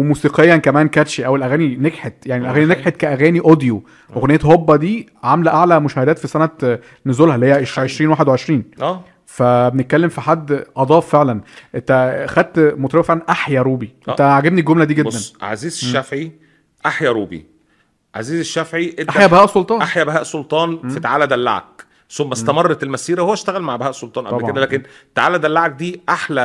وموسيقيا كمان كاتشي او الاغاني نجحت يعني آه، الاغاني نجحت أيوة. كاغاني اوديو اغنيه هوبا دي عامله اعلى مشاهدات في سنه نزولها اللي هي 2021 اه فبنتكلم في حد اضاف فعلا انت خدت مطربه فعلا احيا روبي انت عاجبني الجمله دي جدا آه. بص عزيز الشافعي احيا روبي عزيز الشافعي ادى احيا بهاء سلطان احيا بهاء سلطان في تعالى دلعك ثم استمرت المسيره هو اشتغل مع بهاء سلطان قبل طبعاً. كده لكن تعالى دلعك دي احلى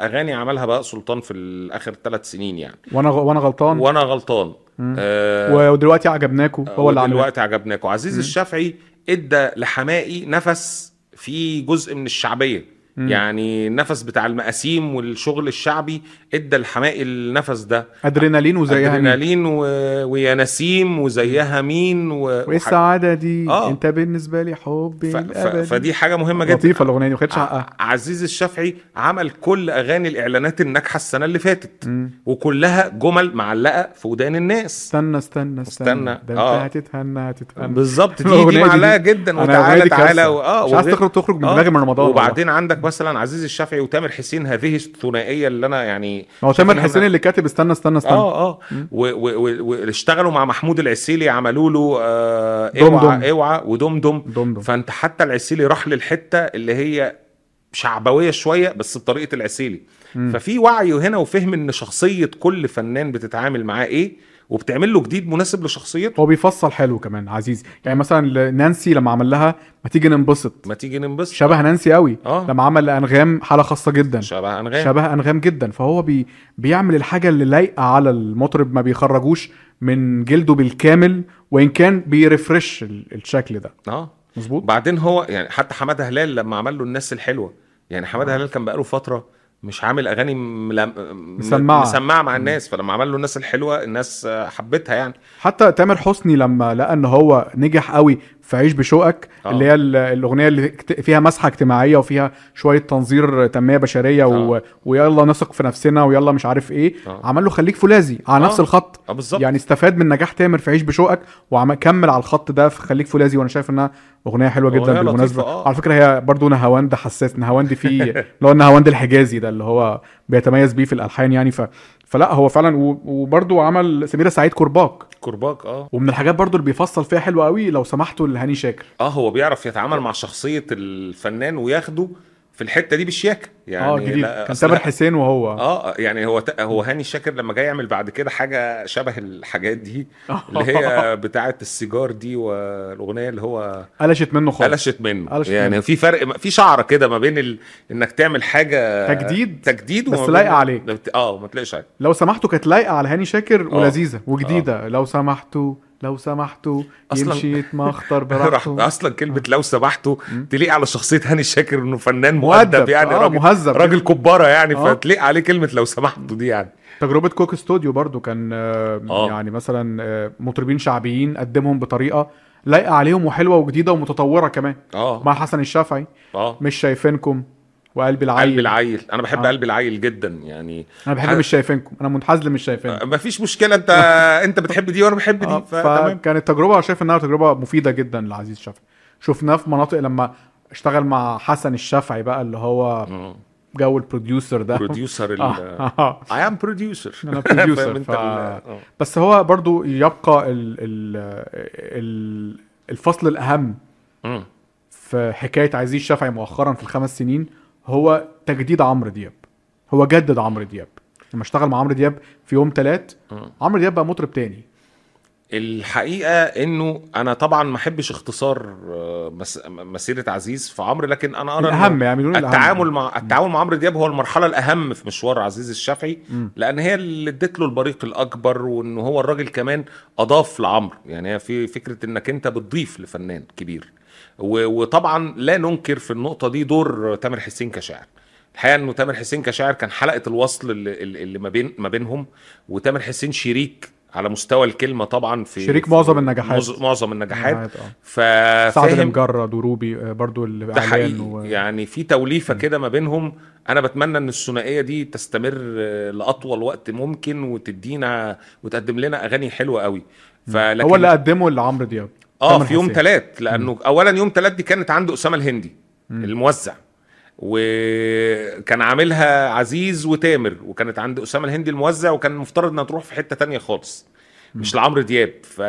اغاني عملها بهاء سلطان في الاخر ثلاث سنين يعني وانا غ- وانا غلطان وانا غلطان آه و... ودلوقتي عجبناكوا هو اللي عمله دلوقتي عجبناكم عزيز الشافعي ادى لحمائي نفس فيه جزء من الشعبيه يعني النفس بتاع المقاسيم والشغل الشعبي ادى لحمائي النفس ده ادرينالين وزيها مين؟ ادرينالين و... ويا نسيم وزيها مين و... وايه وح- السعاده دي آه. انت بالنسبه لي حبي ف... ف... الابدي فدي آه. حاجه مهمه جدا لطيفه الاغنيه دي ما خدتش ع- حقها عزيز الشافعي عمل كل اغاني الاعلانات الناجحه السنه اللي فاتت وكلها جمل معلقه في ودان الناس استنى استنى استنى, استنى. ده آه. انت هتتهنى هتتهنى بالظبط دي الأغنية دي دي- معلقه جدا أنا الأغنية وتعالى دي تعالى كارثة. و... اه مش عايز وغير- تخرج تخرج من آه. دماغي من رمضان وبعدين عندك مثلا عزيز الشافعي وتامر حسين هذه الثنائيه اللي انا يعني والله. هو شايف إن تامر إحنا- حسين اللي كاتب استنى استنى استنى اه اه و- و- و- واشتغلوا مع محمود العسيلي عملوا له آه دمدم. اوعى اوعى ودمدم دمدم. فانت حتى العسيلي راح للحته اللي هي شعبويه شويه بس بطريقه العسيلي ففي وعي هنا وفهم ان شخصيه كل فنان بتتعامل معاه ايه وبتعمل له جديد مناسب لشخصيته هو بيفصل حلو كمان عزيز يعني مثلا نانسي لما عمل لها ما تيجي ننبسط ما تيجي ننبسط شبه نانسي قوي آه. لما عمل انغام حاله خاصه جدا شبه انغام شبه انغام جدا فهو بي بيعمل الحاجه اللي لايقه على المطرب ما بيخرجوش من جلده بالكامل وان كان بيرفرش ال- الشكل ده اه مظبوط وبعدين هو يعني حتى حماده هلال لما عمل له الناس الحلوه يعني حماده هلال كان بقاله فتره مش عامل اغاني ملم... مسمعة. مسمعه مع الناس فلما عمل له الناس الحلوه الناس آه، حبتها يعني حتى تامر حسني لما لقى ان هو نجح قوي في عيش بشوقك آه. اللي هي ال- الاغنيه اللي اكت- فيها مسحه اجتماعيه وفيها شويه تنظير تنميه بشريه و... آه. ويلا نثق في نفسنا ويلا مش عارف ايه آه. عمل له خليك فولاذي على آه. نفس الخط اه بالظبط يعني يعني استفاد من نجاح تامر في عيش بشوقك وكمل على الخط ده في خليك فولاذي وانا شايف انها اغنيه حلوه أغنية جدا لطيفة، بالمناسبه آه. على فكره هي برضو نهاوند حساس نهاوند فيه اللي هو النهاوند الحجازي ده اللي هو بيتميز بيه في الالحان يعني ف... فلا هو فعلا و... وبرضو عمل سميره سعيد كرباك كرباك اه ومن الحاجات برضو اللي بيفصل فيها حلوه قوي لو سمحتوا لهاني شاكر اه هو بيعرف يتعامل مع شخصيه الفنان وياخده في الحته دي بشياكه يعني اه جديد لا- كان أصل تامر لا- حسين وهو اه يعني هو ت- هو هاني شاكر لما جاي يعمل بعد كده حاجه شبه الحاجات دي آه. اللي هي بتاعه السيجار دي والاغنيه اللي هو قلشت منه خالص قلشت منه قلشت يعني منه. في فرق في شعره كده ما بين ال... انك تعمل حاجه تجديد، تجديد بس وما بين- لايقة عليك. ما بت- اه ما تلاقيش عليك لو سمحتوا كانت لايقه على هاني شاكر آه. ولذيذه وجديده لو سمحتوا لو سمحتوا أصلاً- يمشي يتمخطر راح براحته اه. اصلا كلمه لو سمحتوا تليق على شخصيه هاني شاكر انه فنان مؤدب، مؤدب يعني آه، راجل مهذب. راجل كباره يعني آه. فتليق عليه كلمه لو سمحتوا دي يعني تجربه كوك ستوديو برضو كان آه، آه. يعني مثلا آه، مطربين شعبيين قدمهم بطريقه لايقه عليهم وحلوه وجديده ومتطوره كمان اه مع حسن الشافعي اه مش شايفينكم وقلبي قلب العيل العيل انا بحب آه. قلب العيل جدا يعني آه، انا بحب ح- مش شايفينكم انا منحاز لمش شايفينكم ما فيش مشكله انت انت بتحب دي وانا بحب آه، دي فتمام فكانت تجربه شايف انها تجربه مفيده جدا لعزيز شافعي شفناه في مناطق لما اشتغل مع حسن الشافعي بقى اللي هو مم. جو البروديوسر ده بروديوسر آه، ال آه، آه. I am producer أنا producer، فاهم انت ف- ال- آه. بس هو برضو يبقى ال ال ال الفصل الاهم مم. في حكايه عزيز شافعي مؤخرا في الخمس سنين هو تجديد عمرو دياب هو جدد عمرو دياب لما اشتغل مع عمرو دياب في يوم ثلاث مم. عمرو دياب بقى مطرب تاني الحقيقه انه انا طبعا ما احبش اختصار آه، مس- مسيره عزيز في عمرو لكن انا ارى إنه الاهم يعني بدون الأهم. التعامل مع التعامل مع عمرو دياب هو المرحله الاهم في مشوار عزيز الشافعي مم. لان هي اللي ادت له البريق الاكبر وان هو الراجل كمان اضاف لعمرو يعني هي في فكره انك انت بتضيف لفنان كبير و- وطبعا لا ننكر في النقطه دي دور تامر حسين كشاعر الحقيقه انه تامر حسين كشاعر كان حلقه الوصل اللي, اللي ما بين ما بينهم وتامر حسين شريك على مستوى الكلمه طبعا في شريك في- معظم النجاحات. معظ- معظم النجاحات نجاحات، آه. سعد ففاهم المجرد وروبي آه، برضو ده الاعلان حقيقي و... يعني في توليفه كده ما بينهم انا بتمنى ان الثنائيه دي تستمر آه، لاطول وقت ممكن وتدينا وتقدم لنا اغاني حلوه قوي فلكن هو اللي قدمه لعمرو دياب اه تامر في يوم حسين. ثلاث لانه اولا يوم ثلاث دي كانت عنده اسامه الهندي الموزع وكان عاملها عزيز وتامر وكانت عند اسامه الهندي الموزع وكان المفترض انها تروح في حته تانية خالص مش لعمرو دياب ف...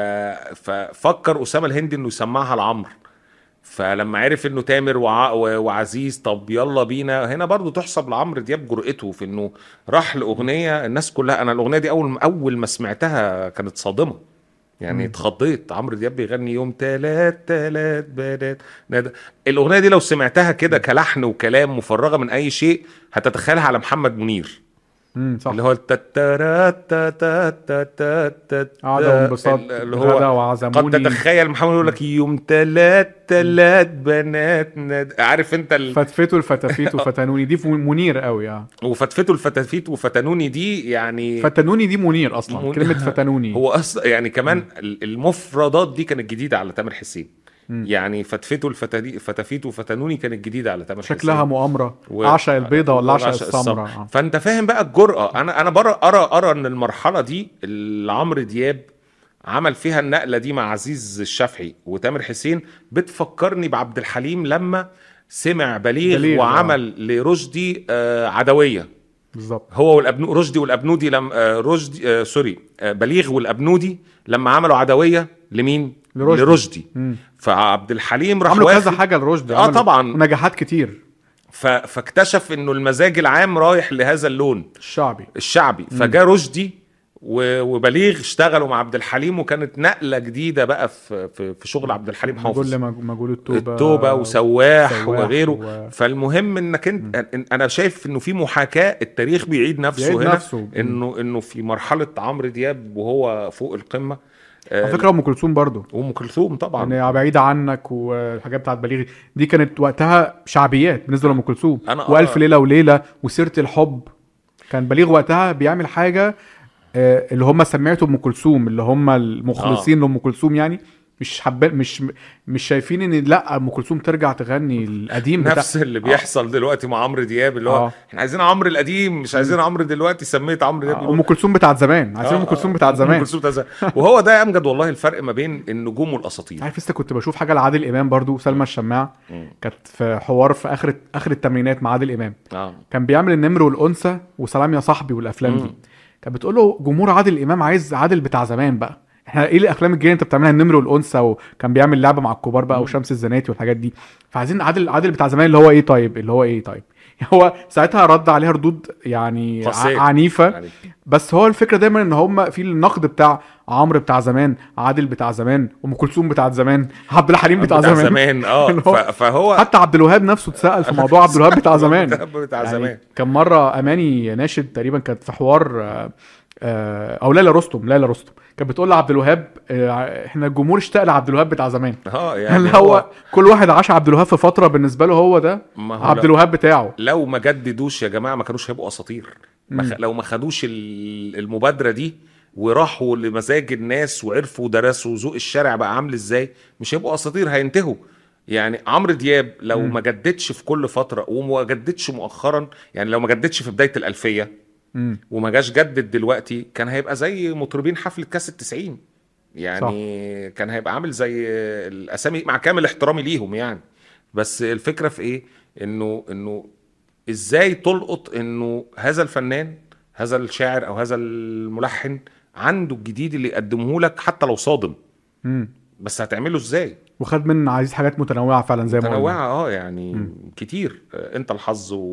ففكر اسامه الهندي انه يسمعها لعمرو فلما عرف انه تامر وع... و- وعزيز طب يلا بينا هنا برضو تحسب لعمرو دياب جرأته في انه راح لاغنيه الناس كلها انا الاغنيه دي اول اول ما سمعتها كانت صادمه يعني اتخضيت عمرو دياب بيغني يوم تلات تلات بنات نادى الاغنيه دي لو سمعتها كده كلحن وكلام مفرغه من اي شيء هتتخيلها على محمد منير امم صح اللي هو التترا تتا تتا تتا قعدة وانبساط اللي غدا هو قد وعزموني تتخيل محمد يقول لك يوم تلات تلات بنات ند... عارف انت ال... فتفتوا الفتافيت وفتنوني دي في منير قوي اه وفتفتوا الفتافيت وفتنوني دي يعني فتنوني دي منير اصلا منير. كلمه فتنوني هو اصلا يعني كمان ال- المفردات دي كانت جديده على تامر حسين مم. يعني فتفتوا الفتدي- فتافيت وفتنوني كانت جديده على تامر حسين شكلها مؤامره اعشق البيضه ولا اعشق السمراء آه. فانت فاهم بقى الجرأه انا انا برا ارى ارى ان المرحله دي اللي عمرو دياب عمل فيها النقله دي مع عزيز الشافعي وتامر حسين بتفكرني بعبد الحليم لما سمع بليغ, بليغ، آه. وعمل لرشدي آه، عدويه بالظبط هو والابنو رشدي والابنودي لم آه، رشدي آه، سوري آه، بليغ والابنودي لما عملوا عدويه لمين لرشدي. لرشدي. مم. فعبد الحليم راح عملوا كذا واخد- حاجه لرشدي آه، عملوا طبعاً. نجاحات كتير ف... فاكتشف انه المزاج العام رايح لهذا اللون الشعبي الشعبي فجاء رشدي و- وبليغ اشتغلوا مع عبد الحليم وكانت نقله جديده بقى في في, في شغل عبد الحليم مجول حافظ مجول التوبه التوبه وسواح سواح وغيره و- فالمهم انك انت أن- انا شايف انه في محاكاه التاريخ بيعيد نفسه بيعيد هنا نفسه. مم. انه انه في مرحله عمرو دياب وهو فوق القمه على فكره ام كلثوم برضو وام كلثوم طبعا يعني بعيد عنك والحاجات بتاعت بليغ دي كانت وقتها شعبيات بالنسبه لام كلثوم أنا- والف آه. ليله وليله وسيره الحب كان بليغ وقتها بيعمل حاجه آه، اللي هم سمعته ام كلثوم اللي هم آه. المخلصين لام كلثوم يعني مش حابين مش مش شايفين ان لا ام كلثوم ترجع تغني القديم بتاع نفس اللي بيحصل دلوقتي مع عمرو دياب اللي هو آه. احنا عايزين عمرو القديم مش عايزين عمرو دلوقتي سميت عمرو دياب آه، ام كلثوم بتاعت زمان عايزين آه، ام كلثوم آه، بتاعت ام زمان كلثوم بتاعت زمان وهو ده يا امجد والله الفرق ما بين النجوم والاساطير عارف لسه كنت بشوف حاجه لعادل امام برضو سلمى الشماع مم. كانت في حوار في اخر اخر الثمانينات مع عادل امام اه كان بيعمل النمر والانثى وسلام يا صاحبي والافلام دي مم. كانت بتقول له جمهور عادل امام عايز عادل بتاع زمان بقى احنا ايه الافلام الجايه انت بتعملها النمر والانثى وكان بيعمل لعبه مع الكبار بقى وشمس الزناتي والحاجات دي فعايزين عادل عادل بتاع زمان اللي هو ايه طيب اللي هو ايه طيب هو ساعتها رد عليها ردود يعني قاسية. ع- عنيفه يعني بس هو الفكره دايما ان هم في النقد بتاع عمرو بتاع زمان عادل بتاع زمان ام كلثوم بتاع زمان عبد الحليم بتاع, بتاع زمان. زمان اه اللي ف- هو- فهو حتى عبد الوهاب نفسه اتسال في موضوع عبد الوهاب بتاع زمان بتاع يعني زمان كان مره اماني ناشد تقريبا كانت في حوار آه، آه، او لالا رستم لالا رستم كانت بتقول لعبد الوهاب آه، احنا الجمهور اشتاق لعبد الوهاب بتاع زمان اه يعني يعني هو كل واحد عاش عبد الوهاب في فتره بالنسبه له هو ده ما هو عبد لو- الوهاب بتاعه لو ما جددوش يا جماعه ما كانوش هيبقوا اساطير ما خ... لو ما خدوش ال- المبادره دي وراحوا لمزاج الناس وعرفوا ودرسوا ذوق الشارع بقى عامل ازاي مش هيبقوا اساطير هينتهوا يعني عمرو دياب لو ما جددش في كل فتره وما جددش مؤخرا يعني لو ما جددش في بدايه الالفيه مم. وما جاش جدد دلوقتي كان هيبقى زي مطربين حفله كاس التسعين يعني صح. كان هيبقى عامل زي الاسامي مع كامل احترامي ليهم يعني بس الفكره في ايه انه انه ازاي تلقط انه هذا الفنان هذا الشاعر او هذا الملحن عنده الجديد اللي يقدمه لك حتى لو صادم مم. بس هتعمله ازاي وخد من عايز حاجات متنوعه فعلا زي ما قلنا. متنوعه اه يعني كتير آه، انت الحظ و...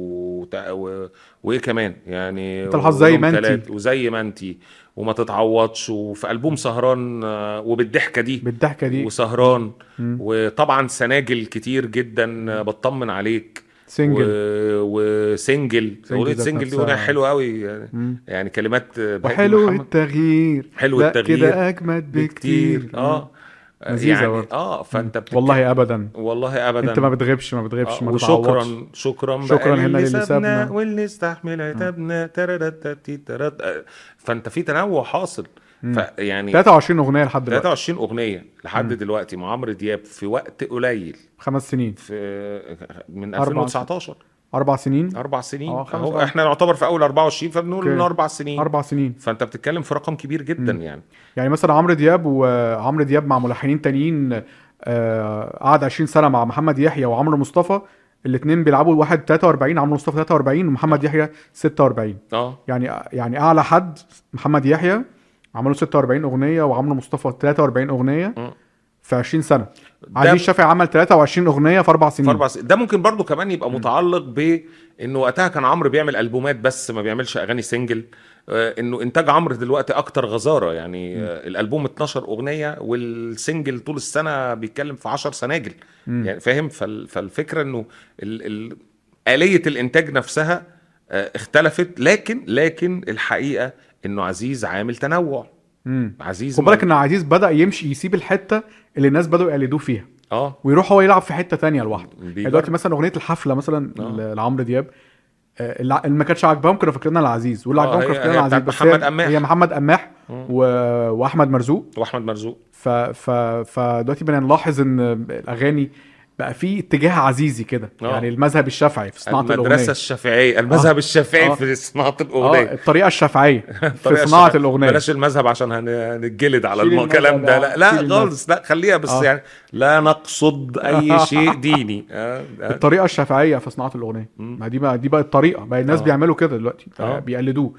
و... وايه كمان يعني أنت الحظ زي ويوم ما أنتي. تلات وزي ما انتي وما تتعوضش وفي البوم سهران آه، وبالضحكه دي بالضحكه دي وسهران مم. وطبعا سناجل كتير جدا آه، بطمن عليك سنجل و... وسنجل اغنيه ذات سنجل دي نفسها. اغنيه حلوه قوي يعني, مم. يعني كلمات آه، بهاء وحلو محمد. التغيير حلو لا، التغيير كده اجمد بكتير اه لذيذة يعني برضه. اه فانت بتتكلم- والله ابدا والله ابدا انت ما بتغيبش ما بتغيبش آه، ما بتعوضش وشكرا شكرا بقى شكراً هنا اللي للي سابنا سابنا. واللي استحمل عتابنا تررتتي ترت آه، فانت في تنوع حاصل يعني فيعني 23 اغنيه لحد دلوقتي 23 اغنيه لحد دلوقتي مع عمرو دياب في وقت قليل خمس سنين في من أربع 2019 اربع سنين اربع سنين آه، خمس أهو أربع. احنا نعتبر في اول 24 فبنقول أوكي. انه اربع سنين اربع سنين فانت بتتكلم في رقم كبير جدا يعني يعني مثلا عمرو دياب وعمرو دياب مع ملحنين تانيين آه، قعد 20 سنه مع محمد يحيى وعمرو مصطفى الاثنين بيلعبوا واحد 43 عمرو مصطفى 43 نعم. ومحمد يحيى 46 اه يعني يعني اعلى حد محمد يحيى عملوا 46 اغنيه وعمرو مصطفى 43 اغنيه مم. في 20 سنه ده- علي الشافعي عمل 23 اغنيه في اربع في سنين اربع سنين ده ممكن برضو كمان يبقى متعلق بانه وقتها كان عمرو بيعمل البومات بس ما بيعملش اغاني سنجل آه، انه انتاج عمرو دلوقتي اكتر غزاره يعني آه، الالبوم 12 اغنيه والسنجل طول السنه بيتكلم في 10 سناجل مم. يعني فاهم فال- فالفكره انه ال- ال- آلية الانتاج نفسها آه، اختلفت لكن لكن الحقيقه انه عزيز عامل تنوع مم. عزيز خد بالك ان عزيز بدا يمشي يسيب الحته اللي الناس بداوا يقلدوه فيها اه ويروح هو يلعب في حته تانية لوحده يعني بيجرب. دلوقتي مثلا اغنيه الحفله مثلا آه. لعمرو دياب آه، اللي اللي ما كانتش عاجباهم كانوا فاكرينها لعزيز واللي آه، عاجبهم هي- كانوا هي فاكرينها لعزيز بتاعت بس هي- محمد قماح. هي محمد قماح و... واحمد مرزوق واحمد مرزوق ف ف فدلوقتي بنلاحظ ان الاغاني بقى في اتجاه عزيزي كده آه. يعني المذهب الشافعي في صناعه المدرسه الاغنيه الشافعيه المذهب الشافعي آه. في صناعه الاغنيه اه الطريقه الشافعيه في طريقة صناعه شبه- الاغنيه بلاش المذهب عشان هن- هنتجلد على شيل الم- الكلام المذهب، ده آه، لا شيل لا المذهب. خالص لا خليها بس آه. يعني لا نقصد اي شيء ديني آه، آه. الطريقه الشافعيه في صناعه الاغنيه مم. ما دي بقى دي بقى الطريقه بقى الناس آه. بيعملوا كده دلوقتي آه. بيقلدوه